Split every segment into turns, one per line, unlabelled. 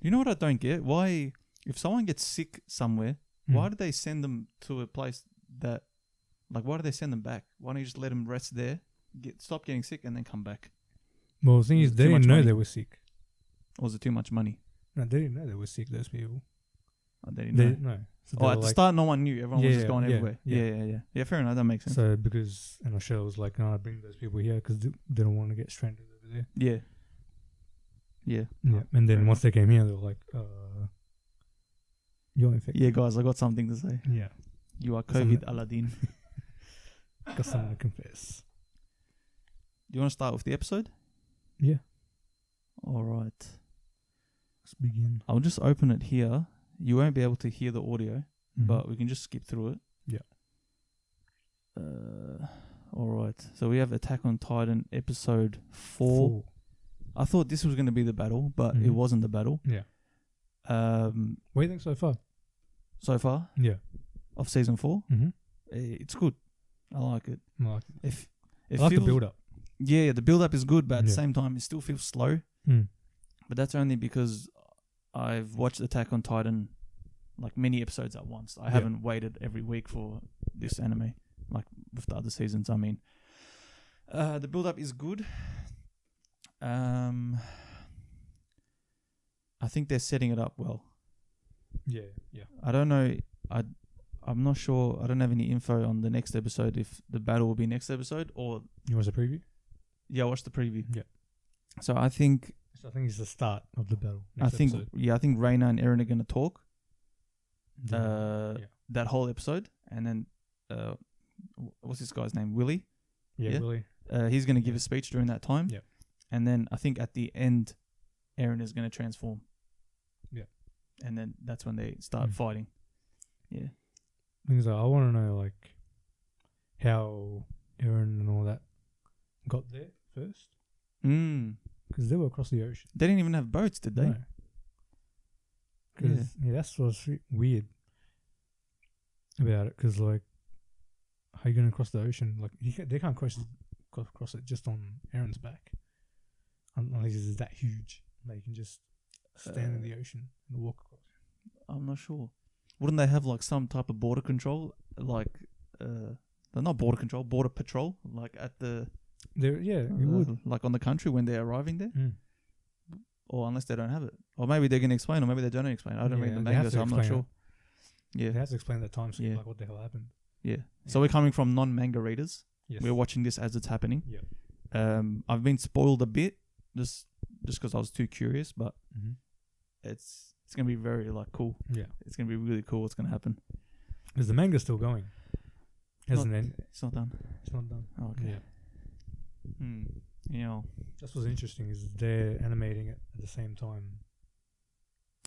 You know what I don't get? Why, if someone gets sick somewhere, why
Mm.
do they send them to a place that, like, why do they send them back? Why don't you just let them rest there, get stop getting sick, and then come back?
Well, the thing is,
Too
they
much
didn't know
money.
they were sick.
Or is it too much money?
No, they didn't know they were sick. Those people.
Oh, they didn't
They
know.
didn't know. So
oh,
they
at
were
the
like-
start, no one knew. Everyone was just
Yeah,
going
yeah,
everywhere. Yeah,
yeah.
yeah, yeah. Yeah, fair enough. That makes sense.
So because and Australia was like, no, I bring those people here because they, they don't want to get stranded over there.
yeah. Yeah.
Yeah. And
fair
then
enough.
once they came here, they were like, uh, you're infected.
Yeah, guys, I got something to say.
Yeah.
You are
Something-
COVID Aladdin. Do
Got something to confess.
you want to start with the episode?
Yeah.
All right.
Let's begin.
I'll just open it here. You won't be able to hear the audio,
Mhm.
but we can just skip through it.
Yeah.
Uh, all right. So we have Attack on Titan episode four.
Four.
I thought this was going to be the battle, but it
Mhm.
wasn't the battle.
Yeah.
Um,
What do you think so far?
so far
Yeah.
of season four,
Mm-hmm. Mm,
eh, it's good. I like it.
Like,
If it
I like
feels,
the build up.
yeah, yeah, the build up is good, but at the
Yeah.
same time, it still feels slow.
Mm.
But that's only because I've watched Attack on Titan like many episodes at once. I
Yeah.
haven't waited every week for this anime, like with the other seasons. I mean, uh, the build up is good. Um, I think they're setting it up well.
Yeah. Yeah.
I don't know. I I'm not sure. I don't have any info on the next episode if the battle will be next episode or
You want us to preview?
yeah, watch the preview.
Yeah.
So I think
So I think it's the start of the battle.
I think yeah, I think Reina and Eren are gonna talk uh,
yeah.
that whole episode, and then uh, wh- what's this guy's name? Willie.
yeah,
yeah.
Really.
Uh, he's gonna give a speech during that time.
Yeah.
And then I think at the end, Eren is gonna transform.
Yeah.
And then that's when they start
Mm.
fighting. Yeah.
Things like I want to know like how Aaron and all that got there first
Mm.
because they were across the ocean.
They didn't even have boats, did they?
No. 'Cause,
Yeah.
yeah. that's what's re- weird about it. Because like, how you gonna cross the ocean? Like, you can, they can't cross cro- cross it just on Aaron's back, Un- unless it's that huge. They can just stand in
Uh,
the ocean and walk across.
I'm not sure. Wouldn't they have like some type of border control, like uh, they're not border control, border patrol, like at the
There, yeah, you
uh,
would.
like on the country when they're arriving there,
Mm.
or unless they don't have it, or maybe they're gonna explain, or maybe they don't explain. I don't read
Yeah,
the
they have
manga,
to
so I'm not
explain
sure.
it.
Yeah,
It has to explain that time skip,
Yeah.
like what the hell happened.
yeah. So we're coming from non-manga readers.
Yes.
We're watching this as it's happening.
Yeah.
Um, I've been spoiled a bit, just just because I was too curious, but
hmm
it's it's gonna be very like cool.
Yeah,
It's gonna be really cool. What's gonna happen?
because the manga's still going. Hasn't
not,
end.
It's not done.
It's not done.
Oh, okay.
Yeah,
Hmm. You know.
that's what's interesting is they're animating it at the same time.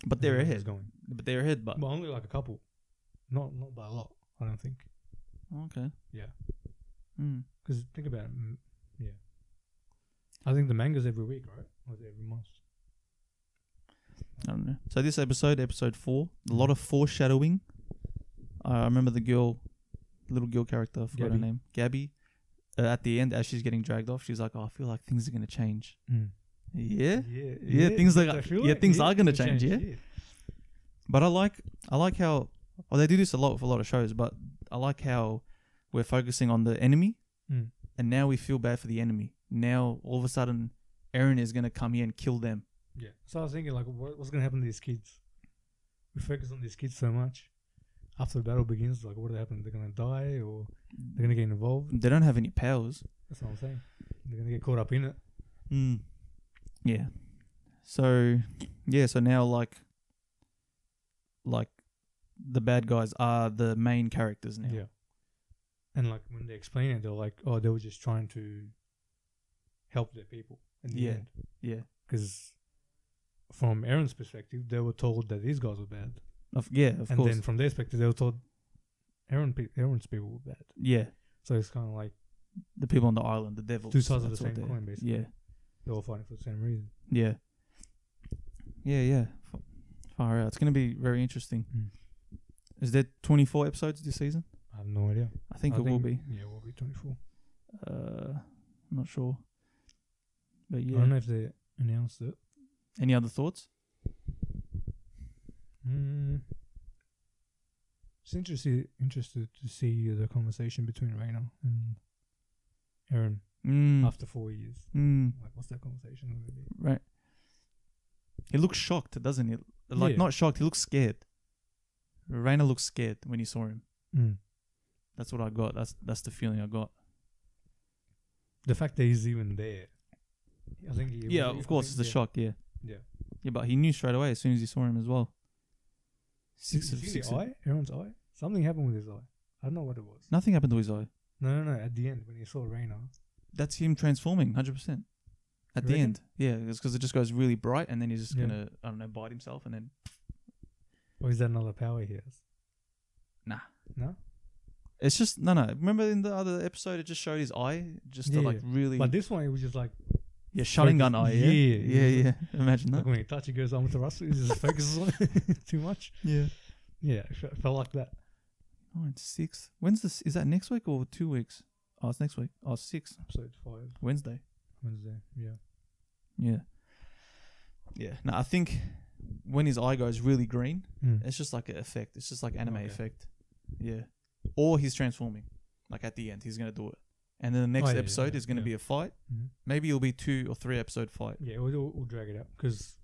But
the
they're
manga's
ahead.
going.
But they're ahead. But
But only like a couple. Not not by a lot, I don't think.
okay.
Yeah.
Mm.
Because think about it. mm, Yeah. I think the manga's every week, right? Or is it every month?
I don't know. So this episode, episode four, a
Mm.
lot of foreshadowing. I remember the girl, little girl character. I forgot her
Gabby.
name. Gabby. Uh, at the end, as she's getting dragged off, she's like, oh, "I feel like things are gonna change." Yeah.
Yeah,
Hmm. Yeah, things like-
I feel
yeah, things are gonna
they
change, But I like I like how well they do this a lot with a lot of shows, but I like how we're focusing on the enemy
Mm.
and now we feel bad for the enemy. Now all of a sudden Aaron is gonna come here and kill them.
Yeah. So I was thinking, like, what, what's gonna happen to these kids? We focus on these kids so much. After the battle begins, like, what happened? They're gonna die, or they're gonna get involved.
They don't have any powers.
That's what I'm saying. They're gonna get caught up in it.
Mm. Yeah. So yeah, so now like like the bad guys are the main characters now.
Yeah. And like when they explain it, they're like, oh, they were just trying to help their people. In the
Yeah.
end.
Yeah.
Because from Aaron's perspective, they were told that these guys were bad,
Of yeah, of
and
course.
then from their perspective, they were told Aaron pe- Aaron's people were bad.
yeah.
So it's kind of like
The people on the island, the devils.
two sides of the
that's what
same
they-
coin, basically.
Yeah.
They're all fighting for the same reason.
Yeah. Yeah, yeah. F- Far out. It's going to be very interesting.
Mm.
Is there 24 episodes this season?
I have no idea.
I think it will be.
Yeah, it will be twenty four.
Uh, I'm not sure. But
I don't know
yeah.
if they announced it.
Any other thoughts?
Mm. It's interested interested to see the conversation between Rainer and Aaron
Mm.
after four years.
Mm.
Like, what's that conversation going to be?
Right. He looks shocked, doesn't he? Like
Yeah.
not shocked. He looks scared. Rainer looks scared when he saw him.
Mm.
That's what I got. That's that's the feeling I got.
The fact that he's even there, I think. He
yeah, of course, it's a
yeah.
shock. Yeah.
Yeah.
Yeah, but he knew straight away as soon as he saw him as well. Six
Did
of
you see
six.
the
of-
eye, Aaron's eye. Something happened with his eye. I don't know what it was.
Nothing happened to his eye.
No, no, no. At the end, when he saw Rainer,
That's him transforming, hundred percent. At
You
the
reckon?
end, yeah, it's because it just goes really bright, and then he's just
Yeah.
gonna, I don't know, bite himself, and then
or is that another power he has?
Nah.
No.
it's just no, no. Remember in the other episode, it just showed his eye, just to
Yeah,
like really,
But this one, it was just like,
yeah, shutting gun eye,
focus-
yeah,
yeah,
yeah,
it
yeah. Imagine
like
that.
when he touches, he goes on with the rust. He just focuses on it too much.
Yeah,
Yeah, it fe- felt like that.
nine six. When's this? Is that next week or two weeks? Oh, it's next week. Oh, six
Episode five,
Wednesday.
Wednesday. Yeah.
Yeah. Yeah. No, I think when his eye goes really green,
Mm.
it's just like an effect. It's just like anime
Okay.
effect. Yeah. Or he's transforming. Like at the end, he's gonna do it. And then the next
yeah, yeah,
episode
yeah,
is gonna
yeah.
be a fight.
Mhm.
Maybe it'll be two or three episode fight.
Yeah, we'll, we'll, we'll drag it out because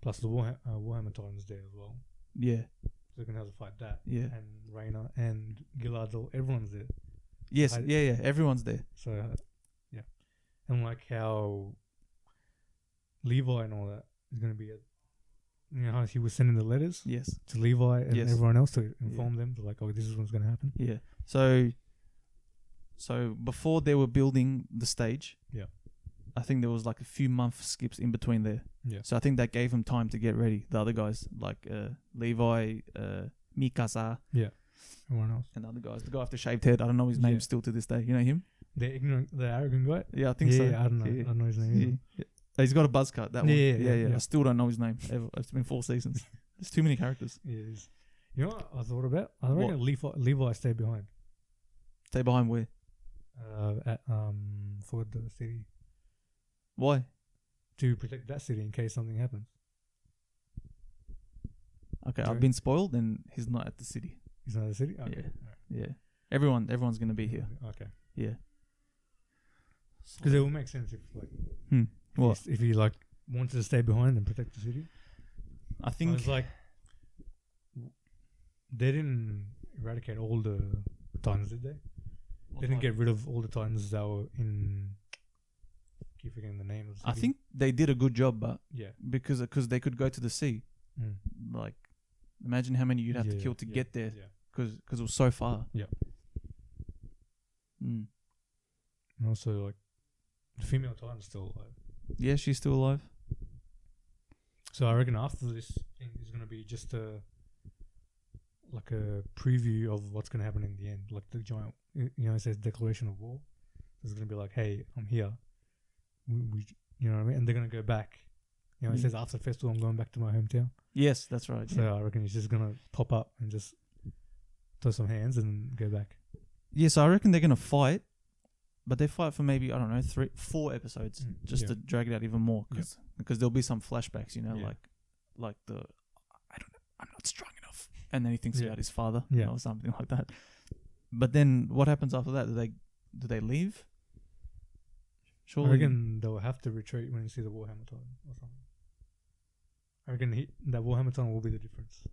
plus the Warha- uh, Warhammer Titan's there as well,
Yeah.
so we can have to fight that.
Yeah.
And Rainer and Giladil, everyone's there.
Yes.
I-
yeah. Yeah. Everyone's there.
So uh, yeah, and like how Levi and all that is going to be at. You know how he was sending the letters
Yes.
to Levi and
Yes.
everyone else to inform them, to like, oh, this is what's going to happen.
Yeah. So. So before they were building the stage.
Yeah.
I think there was like a few month skips in between there.
Yeah.
So I think that gave him time to get ready. The other guys, like uh, Levi, uh, Mikasa,
Everyone else,
and the other guys. The guy with the shaved head. I don't know his name
Yeah.
still to this day. You know him?
the ignorant, the arrogant guy.
Yeah, I think
yeah,
so.
yeah, I don't know. I
Yeah.
don't know his name.
Yeah.
either.
Yeah. He's got a buzz cut. That one.
Yeah,
Yeah
yeah,
yeah, yeah,
yeah.
I still don't know his name. Ever. It's been four seasons. There's too many characters.
Yeah. it is. You know what I thought about? I
What?
reckon Levi, Levi stayed behind.
Stay behind where?
uh, at, um, for the city
Why?
to protect that city in case something happens.
Okay,
Sorry?
I've been spoiled, and he's not at the city.
Is that the city? Okay.
Yeah. Yeah, everyone, everyone's gonna be here.
Okay.
Yeah.
Because it would make sense if like
Hmm.
if he
What?
s- if he like wanted to stay behind and protect the city.
I
Think
think.
it's like they didn't eradicate all the titans, did they? They didn't get rid of all the titans that were in. Keep forgetting the name of. The
I
city.
think they did a good job, but
Yeah.
because because they could go to the sea,
Mm.
like imagine how many you'd have to
Yeah,
kill to
yeah,
get there,
Yeah.
because it was so far.
Yeah.
Mm.
And also like the female titan's still alive.
Yeah, she's still alive.
So I reckon after this thing is going to be just a like a preview of what's going to happen in the end, like the giant, you know, it says declaration of war. It's going to be like, hey, I'm here. We, we you know what I mean? And they're going to go back. You know, it
Mm.
says after the festival, I'm going back to my hometown.
Yes, that's right.
So I reckon he's just going to pop up and just throw some hands and go back.
Yeah, so I reckon they're gonna fight, but they fight for maybe I don't know three, four episodes
Mm,
just
yeah.
to drag it out even more, 'cause- because there'll be some flashbacks, you know,
Yeah.
like like the I don't know, I'm not strong enough, and then he thinks
Yeah.
about his father,
Yeah.
or something like that. But then what happens after that? Do they do they leave? Surely,
I reckon they'll have to retreat when you see the Warhammer Titan or something. I reckon he, that Warhammer Titan will be the difference.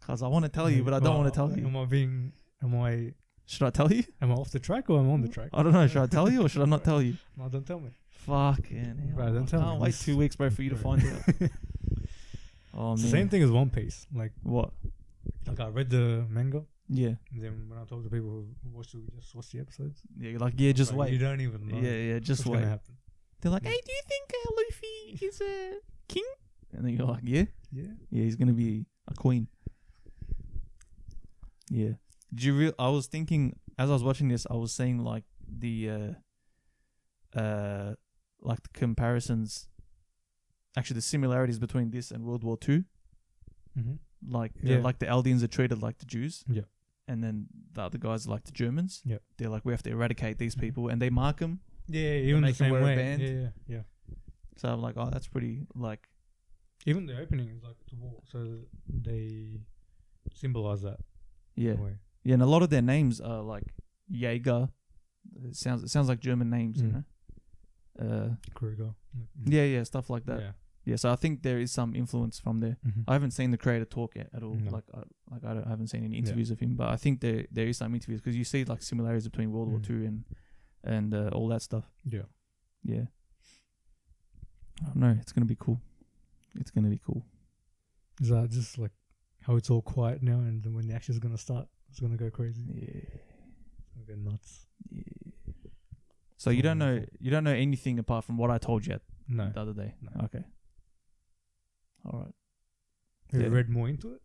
cause I want to tell you, but I don't
Well,
want to tell you.
Am I being? Am I?
Should I tell you?
Am I off the track or am I on the track?
I don't know. Should I tell you or should I not tell you?
No, don't tell me.
Fucking
Bro,
hell.
don't tell
I can't
me
wait
this.
two weeks, bro, for you to find out. Oh man,
It's the Same thing as One Piece. Like,
What?
like I read the manga.
Yeah,
And then when I talk to people who watch the just watch the episodes,
yeah. you're Like yeah, just
like,
wait.
You don't even know.
Yeah, yeah, just
what's
wait.
Gonna happen.
They're like,
Yeah.
hey, do you think uh, Luffy is a king? And then you're like, yeah,
Yeah.
yeah, he's gonna be a queen. Yeah. Did you real? I was thinking as I was watching this, I was seeing like the, uh, uh, like the comparisons, actually the similarities between this and World War Two.
Mm-hmm.
Like,
Yeah.
yeah. like the Aldeans are treated like the Jews.
Yeah.
And then the other guys are like the Germans.
Yeah.
They're like, we have to eradicate these
Mhm.
people, and they mark them
Yeah, even the
make him
same
wear a
way.
band.
Yeah, yeah, yeah.
So I'm like, oh, that's pretty like
Even the opening is like the wall, so they symbolize that.
Yeah,
In a way.
yeah, and a lot of their names are like Jaeger. It sounds it sounds like German names, you
Mm.
know. Uh,
Kruger. Like, mm,
yeah, yeah, stuff like that. Mm-hmm. Yeah.
Yeah.
so I think there is some influence from there.
Mhm.
I haven't seen the creator talk at, at all.
No.
Like, I, like I, don't, I haven't seen any
Yeah.
interviews of him, but I think there there is some interviews because you see like similarities between World War
Mm.
Two and and uh, all that stuff.
yeah.
Yeah. I don't know. It's gonna be cool. It's gonna be cool.
Is that just like how it's all quiet now, and then when the action's gonna start, it's gonna go crazy.
Yeah.
It's gonna go nuts.
yeah. So you don't know
Wonderful.
you don't know anything apart from what I told you at
No,
the other day.
No.
Okay. All right.
have
yeah.
you read more into it?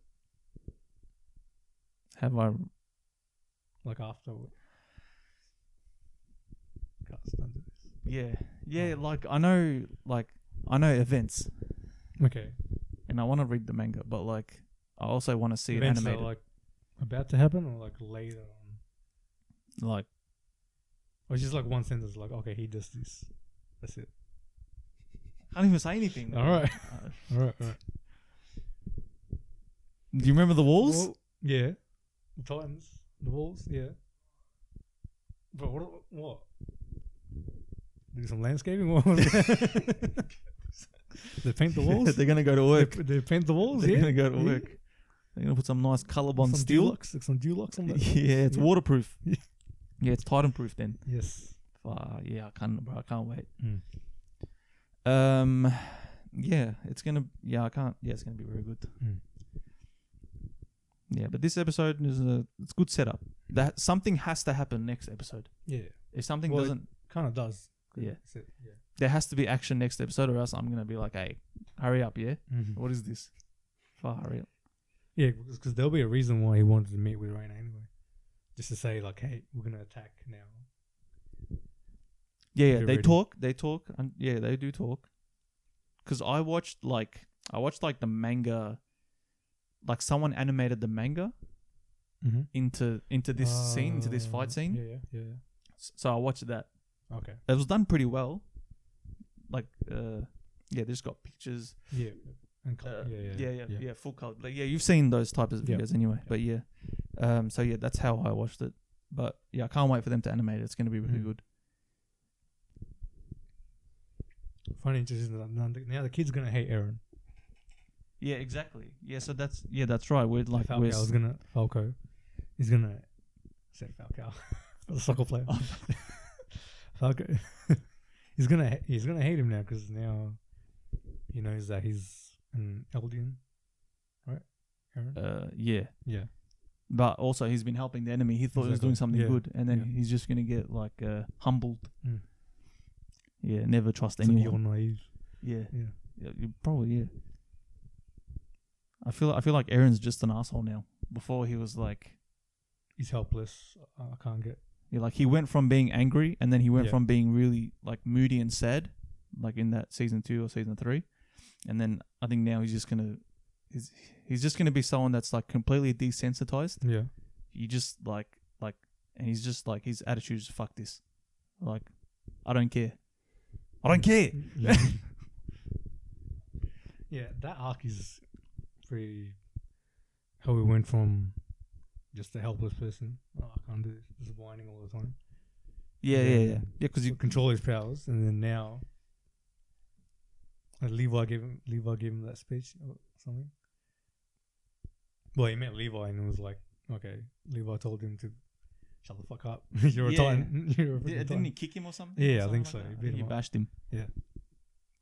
Have I?
Like after. Can't stand this.
Yeah. Yeah.
Oh.
Like I know. Like I know events,
Okay.
and I want to read the manga, but like I also want to see
Events
it
that are,
animated.
like about to happen, or like later on,
like
or just like one sentence, like okay, he does this. That's it.
I don't even say anything.
All right.
Uh,
All right. All right.
do you remember the walls?
Well, yeah. The Titans. The Wolves, yeah. But what? What? Do some landscaping? What was that? they paint the walls?
They're gonna go to work.
They, they paint the walls,
They're
yeah.
gonna go to
Yeah.
work. They're gonna put some nice
Some
colorbond steel.
Dulux, like some Dulux on that.
yeah, it's
Yeah.
waterproof.
Yeah.
yeah, it's Titan proof then.
Yes.
Fuck, yeah, I can't, bro. I can't wait.
Mm.
Um, yeah, it's gonna. Yeah, I can't. Yeah, it's gonna be very good.
Mm.
Yeah, but this episode is a. It's good setup. That something has to happen next episode.
Yeah.
If something
Well, it-
doesn't,
Kind of does.
Yeah.
That's it. Yeah.
there has to be action next episode, or else I'm gonna be like, hey, hurry up, yeah.
Mm-hmm.
What is this? Fuck, hurry up.
Yeah, because there'll be a reason why he wanted to meet with Raina anyway. Just to say, like, hey, we're going to attack now.
Yeah, yeah.
Get
They
ready.
talk. They talk. And yeah, they do talk. Cause I watched like I watched like the manga, like someone animated the manga
Mm-hmm.
into into this scene, into this fight scene.
Uh, Oh, Yeah, yeah, yeah.
S- So I watched that.
Okay.
It was done pretty well. Like, uh, yeah, they just got pictures.
Yeah. And col-
Uh,
yeah, yeah,
yeah, yeah, full color. Like, yeah, you've seen those types of
Yeah.
videos anyway. But yeah, um, so yeah, that's how I watched it. But yeah, I can't wait for them to animate it. It's gonna be really
Mm.
good.
Funny, interesting. That now the, now the kid's gonna hate Aaron.
Yeah, exactly. Yeah, so that's yeah, that's right. We're like
Like
we're
Falcao's gonna Falco. He's gonna say Falcao, the soccer player.
Oh.
Falco. he's gonna ha- he's gonna hate him now because now he knows that he's an Eldian, right? Aaron.
uh, yeah.
yeah.
but also he's been helping the enemy. He thought he was
Exactly.
doing something
Yeah.
good, and then
Yeah.
he's just gonna get like uh, humbled.
Mm.
Yeah, never trust
So you're
anyone.
naive.
Yeah,
Yeah.
yeah, you probably yeah. I feel I feel like Aaron's just an asshole now. Before he was like,
He's helpless. I I can't get.
yeah, like he went from being angry, and then he went
Yeah.
from being really like moody and sad, like in that season two or season three, and then I think now he's just gonna. He's, he's just going to be someone that's like completely desensitized
Yeah.
you just like like and he's just like his attitude is fuck this like i don't care i
Mm.
don't care
yeah. yeah, that arc is pretty. How we went from just a helpless person, oh, I can't do this, just whining all the time,
yeah yeah yeah yeah because
to
you
control his powers, and then now. And Levi gave him Levi gave him that speech or something. Well, he met Levi and it was like, okay, Levi told him to shut the fuck up. You're
Yeah.
a Titan. You're a freaking
yeah, didn't
Titan.
he kick him or something
Yeah, I
Something
think so.
that.
He
I
beat
think
him
he
up.
bashed him
Yeah.
yeah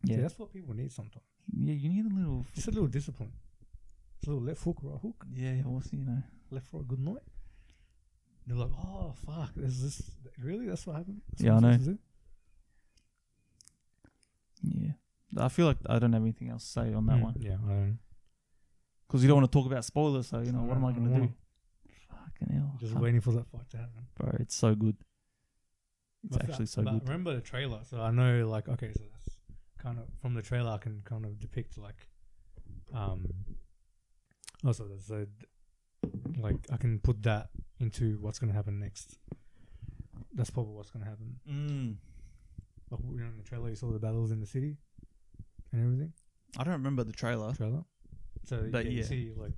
See,
yeah,
that's what people need sometimes.
you need a little
Just a little discipline. Just a little left hook, right hook.
yeah yeah, what's you know
left for a good night. They're like, oh fuck, is this really? That's what happened. That's
Yeah,
what
I
I'm supposed to do?"
yeah i feel like i don't have anything else to say on that
Mm,
one
Yeah, I don't.
because you don't want to talk about spoilers so you know what am i
don't
going to do
wanna.
fucking hell
Just
I can't-
waiting for that fight to happen.
bro it's so good it's
But-
actually so
but
good
Remember the trailer, so I know like okay, so that's kind of from the trailer I can kind of depict like, um, oh, also there's a like I can put that into what's gonna happen next. That's probably what's gonna happen.
mm.
Like you know, in the trailer, you saw the battles in the city and everything.
I don't remember the Oh. trailer.
trailer. So
But
yeah, you
yeah.
see like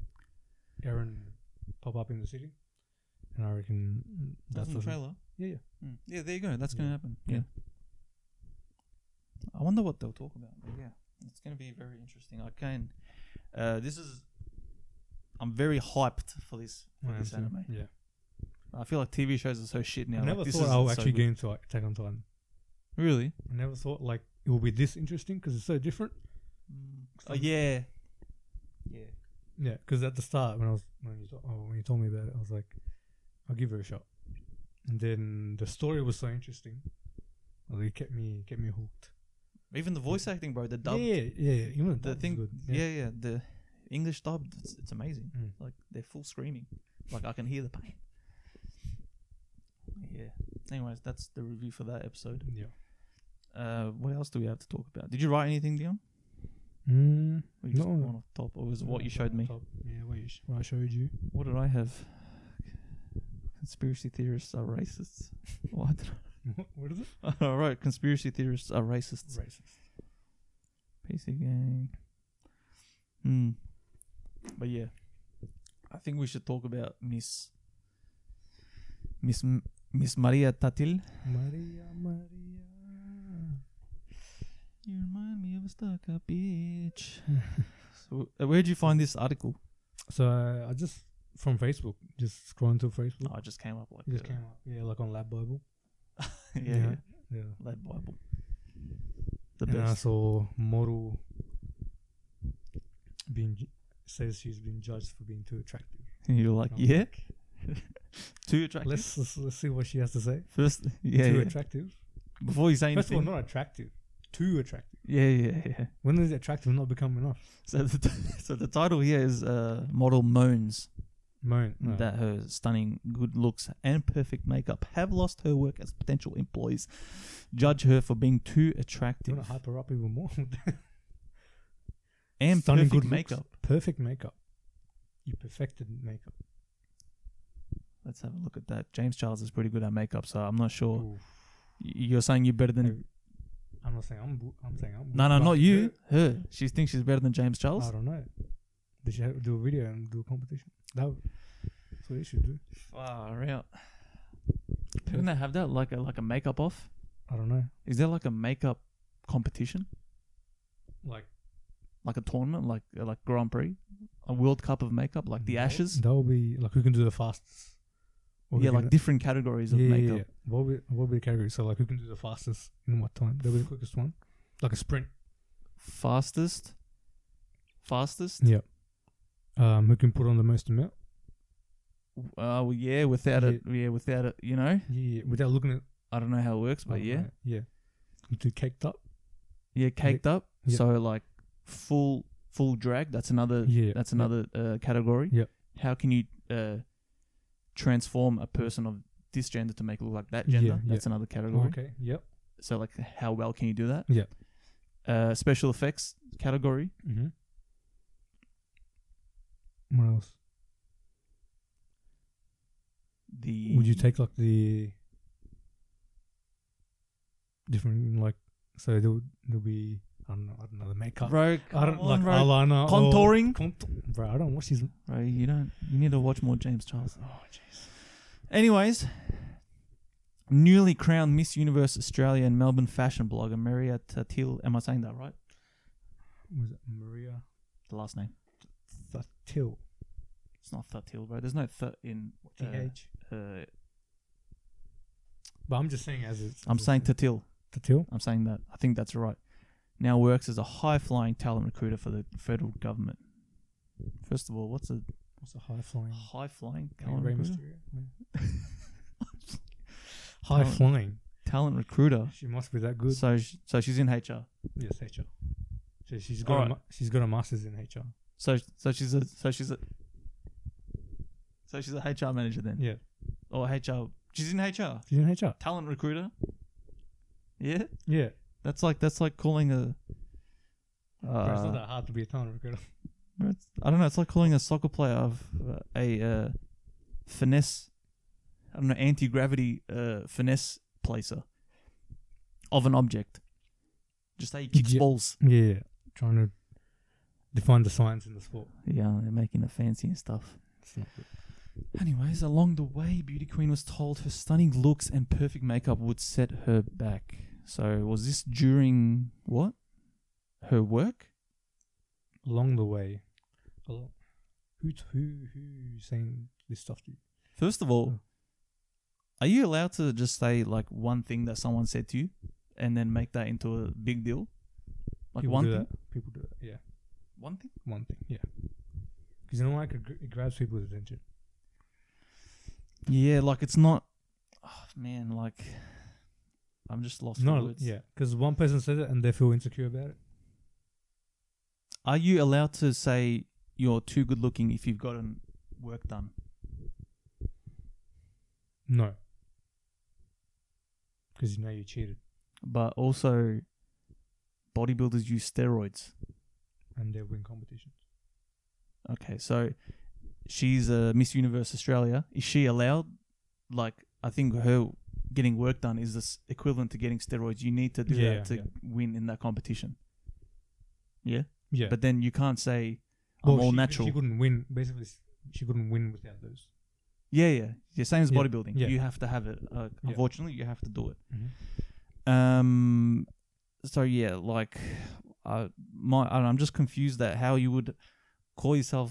Aaron pop up in the city, and I reckon mm,
That's the
the-
trailer.
Yeah, yeah.
Mm. Yeah, there you go. That's gonna
Yeah.
happen. Yeah.
Yeah.
I wonder what they'll talk about. But yeah, it's gonna be very interesting. I can. Uh, this is. I'm very hyped for this for
I am
this
too.
anime.
Yeah,
I feel like TV shows are so shit now.
I
like,
never
this
thought
is
I would
so
actually
good.
get into like, Attack on Titan.
really.
I never thought like it would be this interesting because it's so different. Mm.
Oh yeah. Yeah.
Yeah, because at the start when I was when you, to- oh, when you told me about it, I was like, I'll give it a shot. And then the story was so interesting, well, it kept me kept me hooked.
Even the voice acting, bro. The dub.
Yeah, yeah, yeah. Even the, dub
the
was
thing.
good.
Yeah. yeah, The English dub. It's, it's amazing.
Mm.
Like they're full screaming. Like I can hear the pain. Yeah. Anyways, that's the review for that episode.
yeah.
Uh, what else do we have to talk about? Did you write anything, Dion?
Mm,
Or you just
No.
went off top, or was it what you showed me?
Top. Yeah, what, you sh- Mm. what I showed you.
What did I have? Conspiracy theorists are racists. what?
what is it?
All right, conspiracy theorists are racists.
Racist.
PC gang. Hmm. But yeah, I think we should talk about Miss Miss M- Miss Maria Tatil.
Maria, Maria.
You remind me of a stuck-up bitch. so, uh, where'd you find this article?
So uh, I just from Facebook, just scrolling through Facebook.
Oh, it just came up like
it just
uh,
came up. Yeah, like on Lab Bible.
yeah, yeah,
yeah.
that Bible. The
and I
best.
saw model being ju- says she's been judged for being too attractive.
And you're like,
I'm
yeah, too attractive.
Let's, let's let's see what she has to say.
First, yeah,
too
yeah.
attractive.
before you say
First of
anything.
all, not attractive. Too attractive.
yeah, yeah, yeah.
When does attractive not become enough?
So the t- so the title here is uh, model moans
Moan. No.
that her stunning good looks and perfect makeup have lost her work as potential employees judge her for being too
Do you
attractive
want to hype her up even more?
and
Stunning
perfect
good looks.
makeup.
Perfect makeup. You perfected makeup.
Let's have a look at that. James Charles is pretty good at makeup, so I'm not sure.
Ooh.
Y- You're saying you're better than
I'm not saying I'm. bu- I'm saying
no,
I'm. good,
no,
but
not you. Her. She thinks she's better than James Charles.
I don't know. They should have- do a video and do a competition. That would, that's what they should do.
Far out. Couldn't they have that like a like a makeup off?
I don't know.
Is there like a makeup competition,
Like
like a tournament, like uh, like Grand Prix, a World Cup of makeup, like the
that-
Ashes?
That would be like who can do the fastest. Or who
Yeah,
can
like
do-
different categories of
yeah, yeah,
makeup.
yeah. What would what would be the category? So like who can do the fastest in what time? That would be the quickest one. Like a sprint.
Fastest, fastest.
Yeah. Um, who can put on the most amount?
Uh, well, yeah, without
Yeah.
it, yeah, without it, you know,
Yeah, yeah, without looking at.
I don't know how it works,
I
but
don't
Oh, yeah,
know. yeah. You Too caked up.
yeah, caked up.
Yeah.
So like full full drag. That's another.
Yeah,
That's
yeah.
another uh, category.
Yeah.
How can you uh, transform a person of this gender to make it look like that
Yeah,
gender?
yeah.
That's another category.
Okay. Yep.
So like, how well can you do that?
Yeah.
Uh, special effects category.
Mm-hmm. What else?
The
Would you take like the different like so there would there'll be I don't know I don't know the makeup
bro?
I don't
come
like
on, bro.
eyeliner or-
contouring.
contour bro I don't watch these
Bro, you don't. You need to watch more James Charles.
oh jeez
Anyways, newly crowned Miss Universe Australia and Melbourne fashion blogger Maria Tatil. Am I saying that right?
was it Maria
The last name.
Thatil
It's not Tatil, bro. There's no th in.
T
Uh,
H
uh,
but I'm just saying as it's
I'm saying Tatil.
Tatil
I'm saying that. I think that's right. Now works as a high flying talent recruiter for the federal government. First of all, what's a
what's a high flying
high flying
Like
talent
Rey
recruiter?
Mysterio? Yeah. high
Talent.
flying
Talent recruiter.
she must be that good
So, sh- so she's in HR.
yes HR so she's got
Alright.
a, ma- she's got a masters in HR
So so she's a so she's a so she's a HR manager then,
yeah
or HR. She's in HR,
she's in HR
talent recruiter. Yeah,
yeah
that's like that's like calling a.
Bro, it's not
Uh,
that hard to be a talent recruiter
it's- I don't know. It's like calling a soccer player of uh, a uh, finesse. I don't know anti gravity uh, finesse placer of an object. Just how he kicks
Yeah.
balls.
Yeah, trying to Define the science in the sport.
Yeah, they're making it fancy and stuff.
It's not good.
Anyways, along the way, Beauty Queen was told her stunning looks and perfect makeup would set her back. So, was this during what? Her work?
Along the way, a lot. Who t- who who's saying this stuff to you?
First of all,
Oh.
are you allowed to just say like one thing that someone said to you and then make that into a big deal? Like
People
one
do
thing?
that. People do that. Yeah,
One thing?
one thing. Yeah, because you know why? 'Cause It, gr- it grabs people's attention.
Yeah, like it's not. Oh, man, like. I'm just lost for
No,
words.
yeah, because one person says it and they feel insecure about it.
Are you allowed to say you're too good looking if you've gotten work done?
No, because you know you cheated
But also, bodybuilders use steroids.
and they win competitions.
Okay, so she's a Miss Universe Australia. Is she allowed? Like, I think her getting work done is this equivalent to getting steroids. You need to do
Yeah,
that to
yeah.
win in that competition. Yeah,
Yeah,
but then you can't say I'm
Well,
all
she-
natural.
She couldn't win. Basically, s- she couldn't win without those.
yeah, yeah, yeah. Same as
Yeah,
bodybuilding.
yeah.
You have to have it. Uh,
Yeah.
unfortunately, you have to do it. Um. So yeah, like, I my I don't know, I'm just confused that how you would call yourself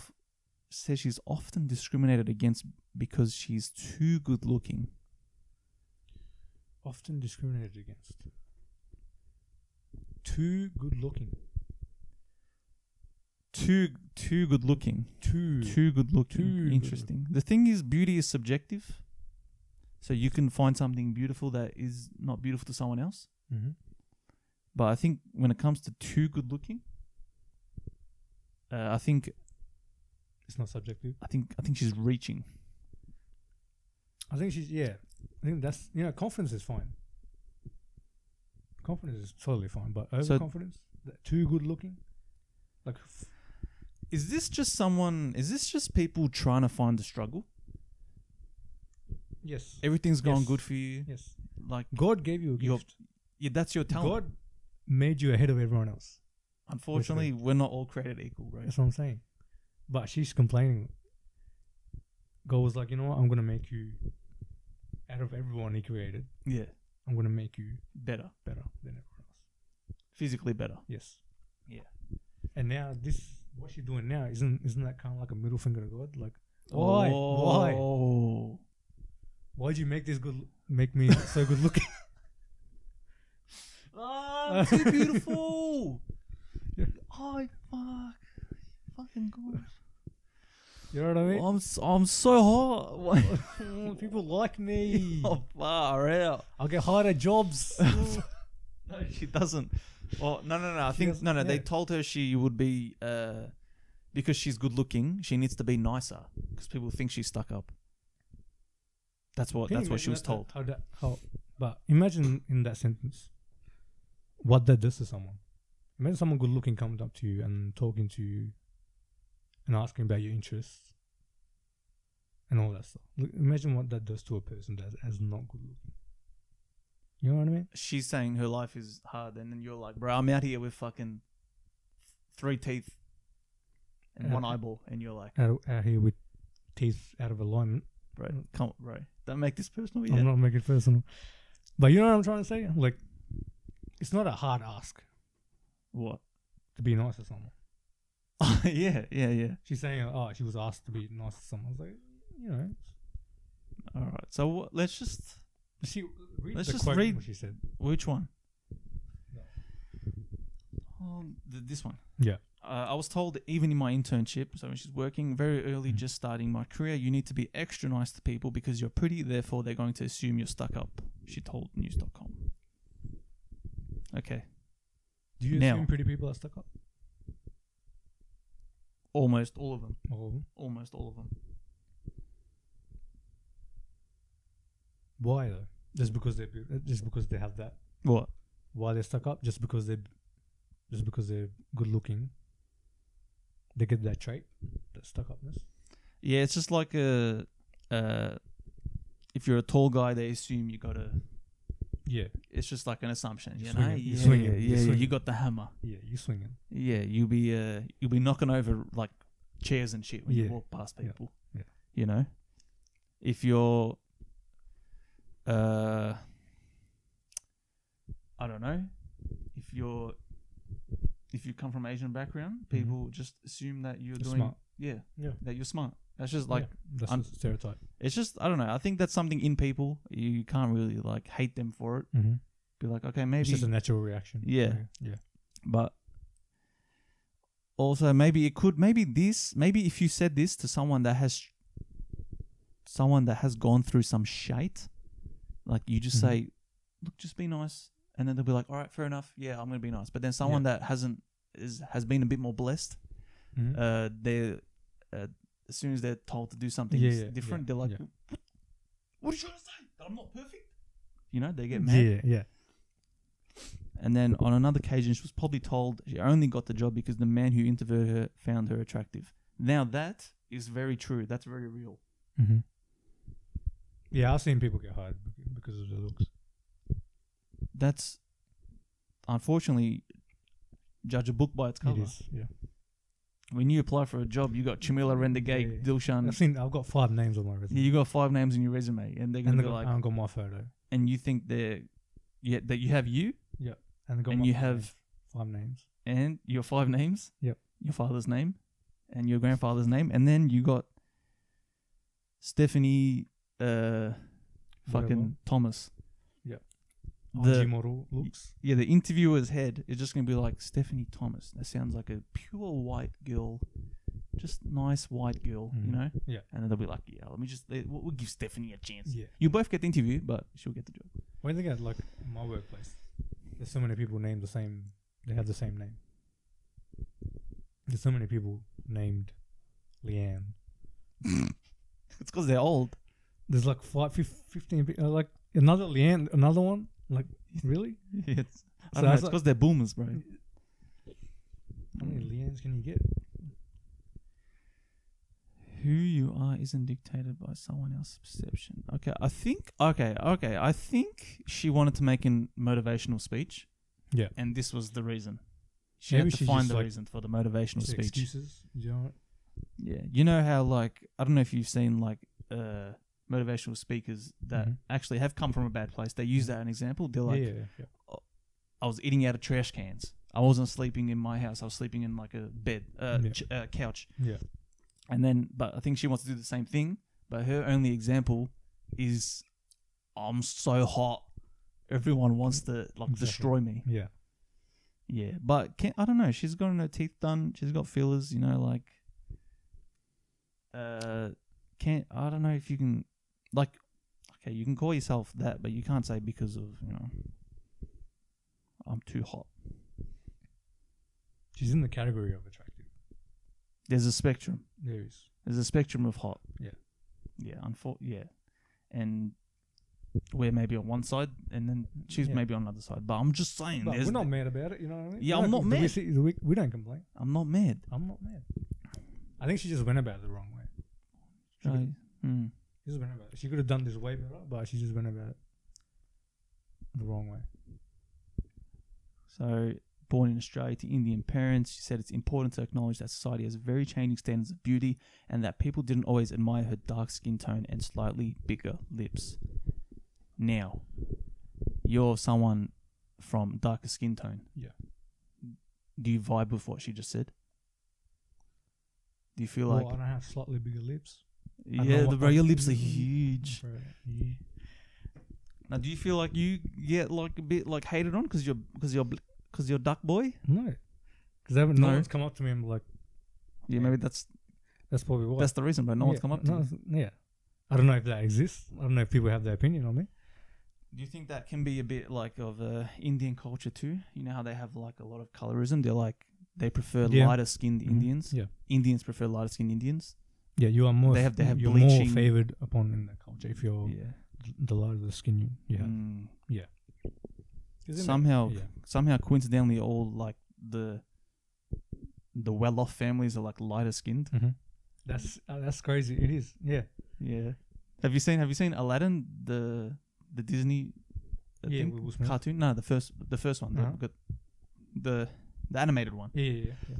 says she's often discriminated against because she's too good looking.
Often discriminated against. Too good looking.
Too too good looking.
Too.
Too good looking.
Too good
Interesting. The thing is, beauty is subjective. So you can find something beautiful that is not beautiful to someone else.
Mm-hmm.
But I think when it comes to too good looking, uh, I think
It's not subjective.
I think I think she's reaching.
I think she's yeah. I think that's you know confidence is fine. Confidence is totally fine, but overconfidence, that too good looking, like f-
Is this just someone? Is this just people trying to find the struggle?
yes,
Everything's going
Yes.
good for you.
yes.
Like
God gave you a
Your
gift.
yeah, that's your talent.
God made you ahead of everyone else.
Unfortunately, we're not all created equal, bro.
That's what I'm saying. But she's complaining. God was like, you know what? I'm gonna make you out of everyone He created.
Yeah,
I'm gonna make you
better
better than everyone else.
physically, better.
Yes.
Yeah.
And now this, what she's doing now, isn't isn't that kind of like a middle finger to God? Like, why, why,
Oh.
why'd you make this good? Make me so good looking?
Ah, I'm too beautiful.
Yeah.
Oh fuck, fucking god.
You know what I mean?
I'm s I'm so hot. What-
Mm, People like me.
oh far out.
I'll get hired at jobs.
No, she doesn't. Well, no, no, no. I
She
think
doesn't-
no, no. They
yeah.
told her she would be uh, because she's good looking. She needs to be nicer because people think she's stuck up. That's what.
Can you
that's what she
imagine
was
that-
told.
How that, how, but imagine in that sentence what that does to someone. Imagine someone good looking coming up to you and talking to you and asking about your interests and all that stuff. Look, imagine what that does to a person that is not good looking. You know what I mean?
She's saying her life is hard, and then you're like, "Bro, I'm out here with fucking three teeth and one
Yeah.
eyeball," and you're like,
Out, out here with teeth out of alignment.
"Bro, come, on, bro, don't make this personal
Mm. I'm
yet."
not making it personal. But you know what I'm trying to say? Like, it's not a hard ask
What?
to be nice to someone.
yeah, yeah, yeah.
She's saying, oh, she was asked to be nice to someone. I was like, you know,
All right. So wha- let's just
She read
Let's
the
just
quote
read-
what she said.
Which one?
No.
Oh, th- this one.
Yeah.
Uh, I was told that even in my internship, so when she's working very early,
Mhm.
just starting my career, you need to be extra nice to people because you're pretty, therefore they're going to assume you're stuck up, she told news.com. Okay.
Do you
Now.
assume pretty people are stuck up?
Almost all of them.
All of them.
Almost all of them.
Why though? Just because they are just because they have that.
What?
Why they're stuck up? Just because they, just because they're good looking. They get that trait, that stuck upness.
Yeah, it's just like a. Uh, if you're a tall guy, they assume you got a
Yeah,
it's just like an assumption,
You
you
swing
know.
it, you
yeah,
swing it,
yeah,
you
yeah,
swing
You
it.
got the hammer.
Yeah, you swing it.
Yeah, you'll be uh, you'll be knocking over like chairs and shit when
Yeah.
you walk past
Yeah.
people.
Yeah.
You know, if you're, uh, I don't know, if you're, if you come from Asian background, people just assume that you're
It's
doing
Mm-hmm. smart.
yeah,
Yeah.
that you're smart. That's just like
Yeah, that's
un-
the stereotype.
it's just I don't know. I think that's something in people. You, you can't really like hate them for it.
Mm-hmm.
Be like, okay, maybe
It's just a natural reaction.
Yeah.
yeah.
but also maybe it could maybe this maybe if you said this to someone that has someone that has gone through some shite like you just
Mhm.
say look just be nice and then they'll be like all right fair enough yeah i'm gonna be nice but then someone that hasn't is has been a bit more blessed
Mhm.
uh they uh, as soon as they're told to do something
Yeah,
s-
yeah,
different
yeah,
they're like
yeah.
"What- what are you trying to say that i'm not perfect you know they get mad
Yeah, yeah.
and then on another occasion, she was probably told she only got the job because the man who interviewed her found her attractive. Now that is very true. That's very real.
Mm-hmm. Yeah, I've seen people get hired bec- because of their looks.
That's unfortunately judge a book by its
It
cover.
is. Yeah.
When you apply for a job, you got Chamila Rendergate,
Yeah. I've
Dilshan.
seen. I've got five names on my resume,
Yeah, Um, you got five names in your resume, and they're gonna
and they
be
got,
like,
I haven't got my photo,
and you think they're yeah that you have you
and they got
and
my
you
five
have
names. five names.
and your five names.
Yep.
Your father's name and your grandfather's name. And then you got Stephanie uh fucking
Whatever.
Thomas. the-
IG model looks.
Yeah, the interviewer's head is just gonna be like Stephanie Thomas. That sounds like a pure white girl. Just nice white girl, you
Mm.
know?
Yeah.
And then they'll be like, yeah, let me just, let- we'll we'll give Stephanie a chance.
Yeah.
You both get the interview, but she'll get the job.
When they get like my workplace, there's so many people named the same. They have the same name. There's so many people named Leanne.
It's because they're old.
There's like five, fif- 15 people. Like another Leanne, another one. Like really?
it's, I don't know,
So that's
it's
like-
because they're boomers, bro.
How many Leannes can you get?
who you are isn't dictated by someone else's perception. Okay, I think okay, okay, I think she wanted to make an motivational speech.
Yeah.
And this was the reason. She
Maybe
had to
she
find
just,
the
like,
reason for the motivational
Just
speech.
excuses. You know what?
Yeah. You know how like I don't know if you've seen like uh motivational speakers that
Mhm.
actually have come from a bad place. They use that as an example. They're like
yeah, yeah, yeah.
I was eating out of trash cans. I wasn't sleeping in my house. I was sleeping in like a bed, uh,
Yeah.
ch- uh couch.
Yeah.
And then, but I think she wants to do the same thing. But her only example is, I'm so hot. Everyone wants to like
Exactly.
destroy me.
Yeah.
Yeah. But can, I don't know. She's gotten her teeth done. She's got fillers. You know, like. Uh, can't I don't know if you can, like, okay, you can call yourself that, but you can't say because of you know. I'm too hot.
She's in the category of attractive.
There's a spectrum.
There is.
There's a spectrum of hot.
Yeah.
Yeah. Unfor- yeah. And we're maybe on one side, and then she's
Yeah.
maybe on another side. But I'm just saying,
But
there's
we're not mad about it, you know what I mean?
Yeah,
We
I'm
don't-
not
do We,
mad.
see, do we, we don't complain.
I'm not mad.
I'm not mad. I think she just went about it the wrong way. She,
I,
could,
mm.
she just went about it. She could have done this way better, but she just went about it the wrong way.
So, born in Australia to Indian parents, she said it's important to acknowledge that society has very changing standards of beauty and that people didn't always admire her dark skin tone and slightly bigger lips. Now, you're someone from darker skin tone.
Yeah.
Do you vibe with what she just said? Do you feel like.
well, I don't have slightly bigger lips. don't know
yeah, the,
what
bro,
that-
your lips are huge.
Bro, yeah.
Now, do you feel like you get like a bit like hated on because you're because you're because you're duck boy?
No. Because haven't no
No.
one's come up to me and be like,
Yeah, maybe that's
that's probably why.
that's the reason, but no one's
Yeah,
come up to you.
no, Yeah. I don't know if that exists. I don't know if people have their opinion on me.
Do you think that can be a bit like of uh, Indian culture too? You know how they have like a lot of colorism. They're like they prefer
Yeah.
lighter skinned
Mhm.
Indians.
Yeah.
Indians prefer lighter skinned Indians.
Yeah, you are more
They have- they have
you're more
bleaching-
favored upon in that culture if you're
Yeah.
the lighter the skin you, you have.
Mm.
'Cause in
Somehow,
Yeah.
somehow, coincidentally, all like the the well off families are like lighter skinned.
that- Mhm. That's uh, that's crazy. It is. Yeah.
Yeah. Have you seen Have you seen Aladdin the the Disney I
yeah,
think
Will Smith.
cartoon. No, the first the first one.
Uh-huh.
The, got- the the animated one.
Yeah, yeah, yeah,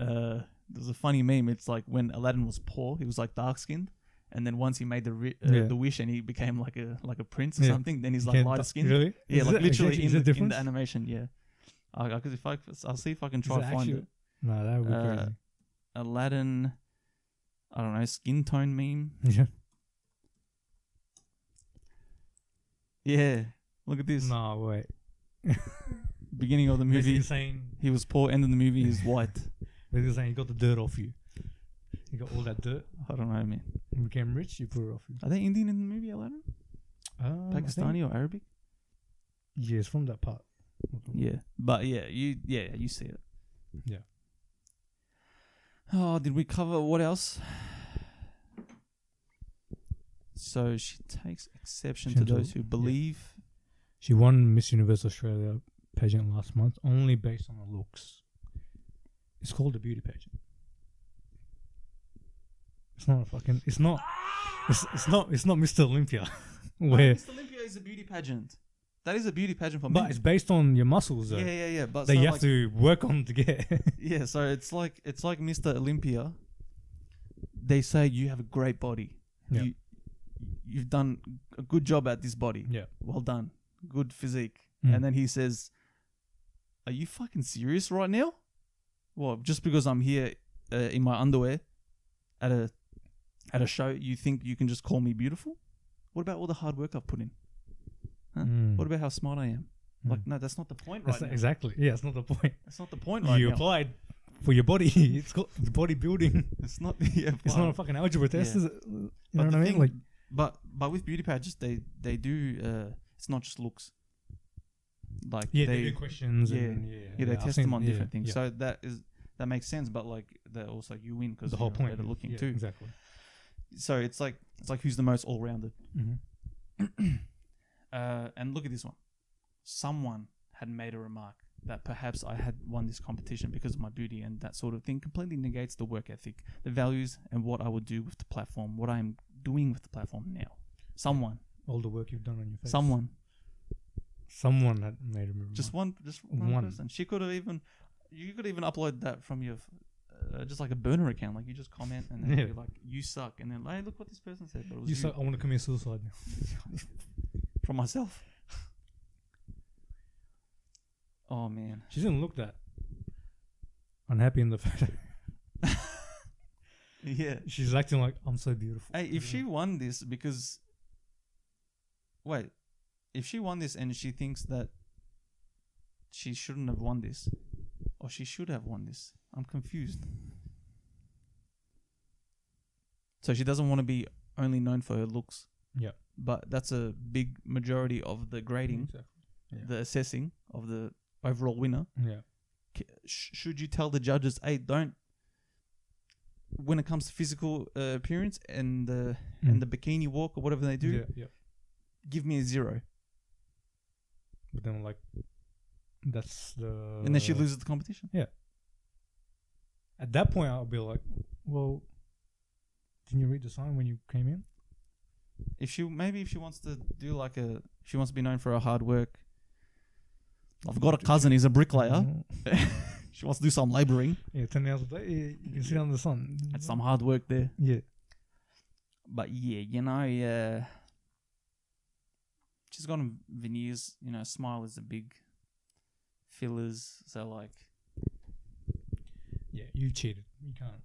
yeah.
Uh, there's a funny meme. It's like when Aladdin was poor, he was like dark skinned, and then once he made the ri- uh,
Yeah.
the wish and he became like a like a prince or
Yeah.
something, then he's
Yeah,
like lighter
that-
skinned.
Really?
Yeah,
Is
like
that- is
literally
actually-
in,
is
the,
there
in the
difference?
animation. Yeah, because if I I'll see if I can try
it
and find
actually-
it.
No, that would be
Uh, Aladdin, I don't know skin tone meme.
crazy.
Yeah, look at
Yeah.
this.
No, wait.
Beginning of the
Basically
movie,
saying,
he was poor. End of the movie, he's white.
basically saying, you got the dirt off you. You got all that dirt.
I don't know, man.
You became rich. You put it off you.
Are they Indian in the movie Aladdin? Uh,
Um, I think-
Pakistani or Arabic?
Yeah, it's from that part.
Yeah, but yeah, you yeah you see it.
Yeah.
Oh, did we cover what else? So she takes exception to
Exception to-
those who believe.
She won Miss Universe Australia pageant last month only based on her looks. It's called a beauty pageant. It's not a fucking. It's not. It's, it's not. It's not Mr. Olympia, where.
Miss Olympia is a beauty pageant. That is a beauty pageant for
But
men.
it's based on your muscles, though.
yeah, yeah, yeah. But
that
so
you have
like-
to work on to get.
Yeah, so it's like it's like Mr. Olympia. They say you have a great body.
Yeah.
You you've done a good job at this body.
yeah.
Well done. Good physique.
Mm.
And then he says, "Are you fucking serious right now? Well, just because I'm here uh, in my underwear at a at a show, you think you can just call me beautiful? What about all the hard work I've put in? Huh?
Mm.
What about how smart I am? Like,
Mm.
no, that's not the point right
That's
now.
not- exactly. Yeah, it's not the point.
that's not the point right
you
now.
applied for your body. It's called bodybuilding.
It's not. Yeah,
It's not a
but-
fucking algebra test.
Yeah.
Is it? You know what
the
I mean?
thing-
like,
but but with beauty pageants, they they do. Uh, it's not just looks. Like
yeah, they,
they,
do questions.
yeah.
and, yeah,
yeah, they
I've
test
seen-
them on
yeah,
different things.
yeah.
So that is that makes sense. But like they also you win because
the whole point.
Better looking
yeah,
too.
Exactly.
So it's like it's like who's the most all rounded.
Mm-hmm.
Uh, and look at this one. Someone had made a remark that perhaps I had won this competition because of my beauty and that sort of thing completely negates the work ethic, the values, and what I would do with the platform, what I am doing with the platform now. Someone,
All the work you've done on your face.
someone,
Someone had made a remark.
just one, just one,
One.
person. She could have even, you could even upload that from your, uh, just like a burner account. Like you just comment and then
Yeah.
you're like, you suck, and then hey, look what this person said. But it was
You said, I want to commit suicide now.
from myself. oh man.
She didn't look that unhappy in the photo.
Yeah.
She's acting like I'm so beautiful.
Hey, if
You
she
know?
won this because wait, if she won this and she thinks that she shouldn't have won this, or she should have won this, I'm confused. So she doesn't want to be only known for her looks.
Yeah.
But that's a big majority of the grading,
Exactly. Yeah.
the assessing of the overall winner.
Yeah.
c- sh- should you tell the judges, hey, don't. When it comes to physical uh, appearance and the and the bikini walk or whatever they do,
Yeah, yeah.
give me a zero,
But then, like, that's the.
and then she loses the competition.
At that point, I'll be like, well, didn't you read the sign when you came in?
If she maybe if she wants to do like a, she wants to be known for her hard work. I've got a cousin. He's a bricklayer.
Mm.
She wants to do some labouring
Yeah, 10 hours a day. Yeah, you can sit under the sun.
and some hard work there.
Yeah.
But yeah, you know, uh, she's got on veneers. You know, smile is a big fillers. So like,
Yeah, you cheated. You can't.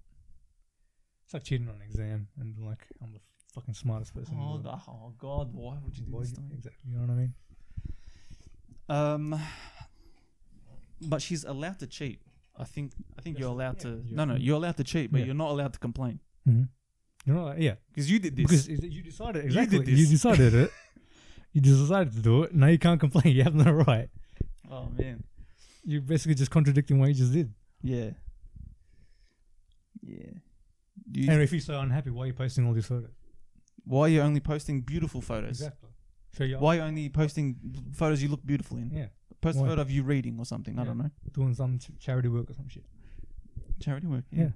It's like cheating on an exam and being like, I'm the fucking smartest person. in the
Oh,
world."
God, oh God, why would you do
Why
this
you-
to me?
Exactly. You know what I mean?
Um, but she's allowed to cheat. I think I think
Yes,
you're allowed
yeah,
to.
you-
No, no, you're allowed to cheat, but
Yeah.
you're not allowed to complain
Mm-hmm. You know, like, yeah.
because you did this.
Because is it- you decided
did
exactly. You,
this.
decided it. You decided to do it. Now you can't complain. You have no right.
oh man,
You're basically just contradicting what you just did.
yeah, yeah. Do you,
And if you're so unhappy, why are you posting all these photos?
why are you only posting beautiful photos?
Exactly. So you're
Why are you only posting photos you look beautiful in?
Yeah,
Post
why?
a photo of you reading or something. I
Yeah.
don't know.
doing some ch- charity work or some shit.
Charity work.
Yeah.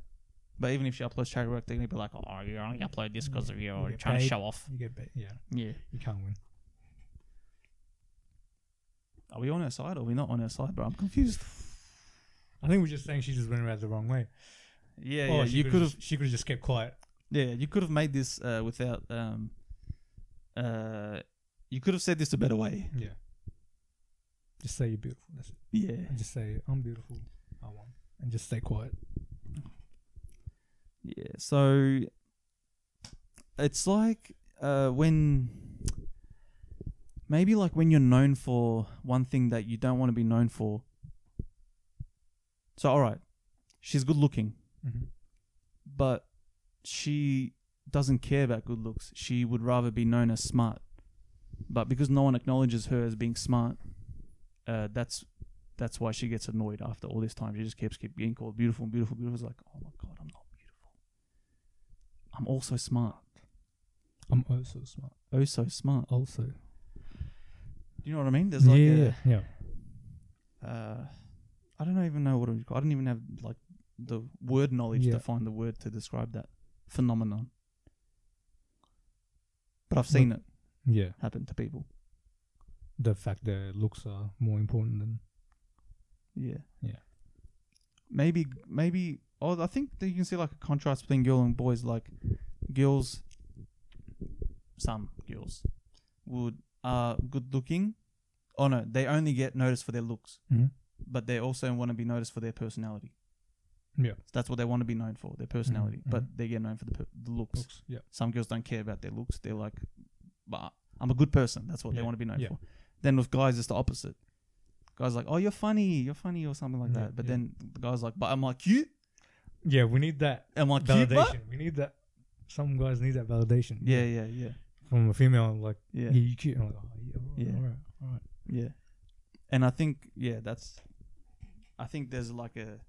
But even if she uploads charity work, they're gonna be like, "Oh, you only upload this because of
You
you're
get
trying to
paid.
show off."
You get paid. Yeah,
Yeah.
you can't win.
Are we on her side or are we not on her side, bro? I'm confused.
I think we're just saying she just went about the wrong way.
Yeah,
Or
yeah.
she
Oh, You
could've
could have
just- She could have just kept quiet.
Yeah, you could have made this uh, without. Um, uh, you could have said this a better way.
Yeah. Just say you're beautiful. That's it.
Yeah,
And just say I'm beautiful. I won. And just stay quiet.
yeah. So it's like uh, when maybe like when you're known for one thing that you don't want to be known for. So all right, she's good looking,
Mm-hmm.
but she doesn't care about good looks. She would rather be known as smart. But because no one acknowledges her as being smart, uh, that's that's why she gets annoyed after all this time. She just keeps keep being called beautiful, beautiful, beautiful. It's like, oh my god, I'm not beautiful. I'm also smart.
I'm also smart.
Oh so smart.
Also.
Do you know what I mean? There's like
yeah. yeah.
a uh, I don't even know what it would call. I don't even have like the word knowledge
Yeah.
to find the word to describe that phenomenon. But I've seen it
Yeah.
happen to people.
The fact that looks are more important than
Yeah.
Yeah.
Maybe maybe oh I think that you can see like a contrast between girl and boys like girls some girls would are good looking. Oh no, they only get noticed for their looks,
Mhm.
but they also want to be noticed for their personality.
Yeah.
So that's what they want to be known for, their personality, but
mhm.
they get known for the, per- the looks.
looks. Yeah.
Some girls don't care about their looks. They're like, but I'm a good person. That's what they
Yeah,
want to be known
yeah.
for. Then with guys, it's the opposite. Guys like, oh, you're funny, you're funny, or something like
Yeah,
that. But
yeah.
then the guys like, but I'm like cute.
Yeah. We need that
Am I cute? but-"
validation. We need that. Some guys need that validation.
Yeah, yeah, yeah,
From a female, like
yeah,
yeah,
yeah,
you cute. And I'm like, oh, yeah. All right,
Yeah.
All right. All right.
And I think, yeah, that's. I think there's like a,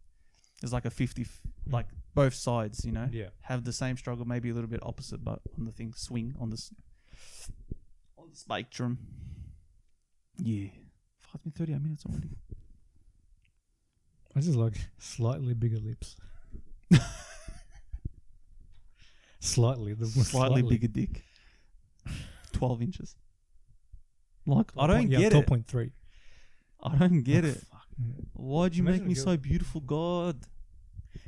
there's like a fifty, f- like both sides, you know,
Mm. Yeah.
have the same struggle, maybe a little bit opposite, but on the thing swing on this, on the spectrum. Yeah, five minutes thirty-eight minutes already.
I just like slightly bigger lips. slightly, the
slightly, bigger dick. 12 inches. Like, I don't
yeah,
get
Twelve
it.
point three.
I don't get it.
Yeah.
Why'd you
Imagine
make me
a girl-
so beautiful, God?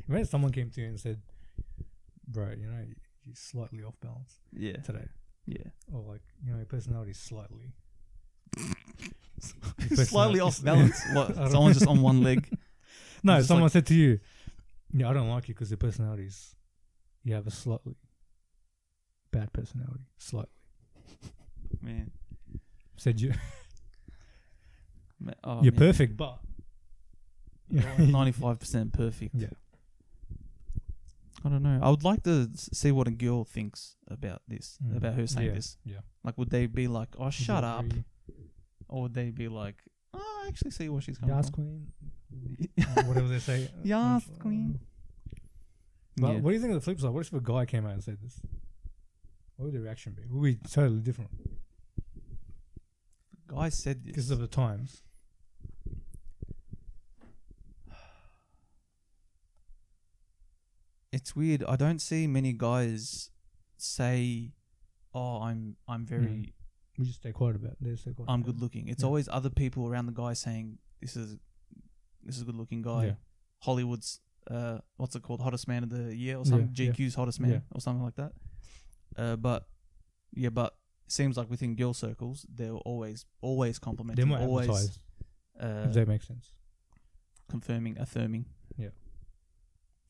Imagine someone came to you and said, "Bro, you know you're slightly off balance
Yeah,
today,"
yeah.
or like you know your personality slightly.
Slightly
personality-
off balance. what?
don't-
Someone's just on one leg.
No,
Just
someone
like-
said to you, "Yeah, I don't like you because your personality's you have a slightly bad personality, slightly."
Man.
Said you,
Ma- Oh,
you're
man.
perfect, but
You're like 95% perfect.
yeah,
I don't know. I would like to s- see what a girl thinks about this,
Mm.
about her saying
Yeah,
this.
yeah.
Like, would they be like, oh, shut up?
Very-
Or would they be like, oh, I actually see where she's coming
Yas
from.
Queen. Uh, whatever they say. Mm.
Yas Queen.
But
Yeah.
what do you think of the flip side? What if a guy came out and said this? What would the reaction be? It would be totally different
Guy said this.
because of the times.
it's weird. I don't see many guys say, "Oh, I'm I'm
Mm.
very
We just stay quiet about it. They stay quiet
I'm
about it.
good looking." It's
Yeah.
always other people around the guy saying, "This is this is a good looking guy."
Yeah.
Hollywood's uh, what's it called, hottest man of the year or
Yeah,
something.
yeah.
GQ's hottest man
Yeah.
or something like that. Uh, but yeah, but seems like within girl circles, they're always always
They
complimenting,
might
always
advertise.
uh,
if that makes sense.
confirming, affirming.
Yeah.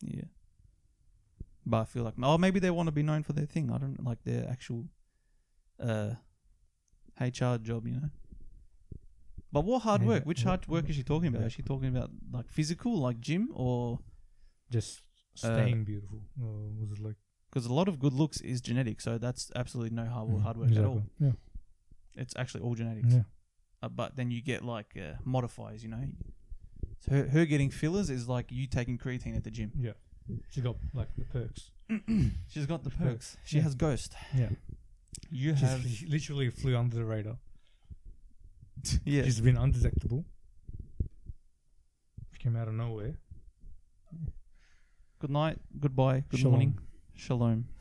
Yeah. But I feel like oh maybe they want to be known for their thing. I don't like their actual uh HR job, you know. But what hard
Yeah,
work?
but
Which
what-
hard work is she talking about?
yeah.
Is she talking about like physical, like gym, or
Just
Uh,
staying beautiful. Or was it like
because a lot of good looks is genetic, so that's absolutely no hard,
Mm,
hard work at all.
exactly. Yeah,
It's actually all genetics.
yeah.
Uh, but then you get like uh, modifiers, you know. So her, her getting fillers is like you taking creatine at the gym.
She got like the perks.
She's got the
Perks.
perks. She
Yeah.
has ghost.
Yeah,
You
She's-
have
she literally flew under the radar.
yeah.
She's been undetectable. She came out of nowhere.
Good night. Goodbye. Good
Shalom.
morning. Shalom.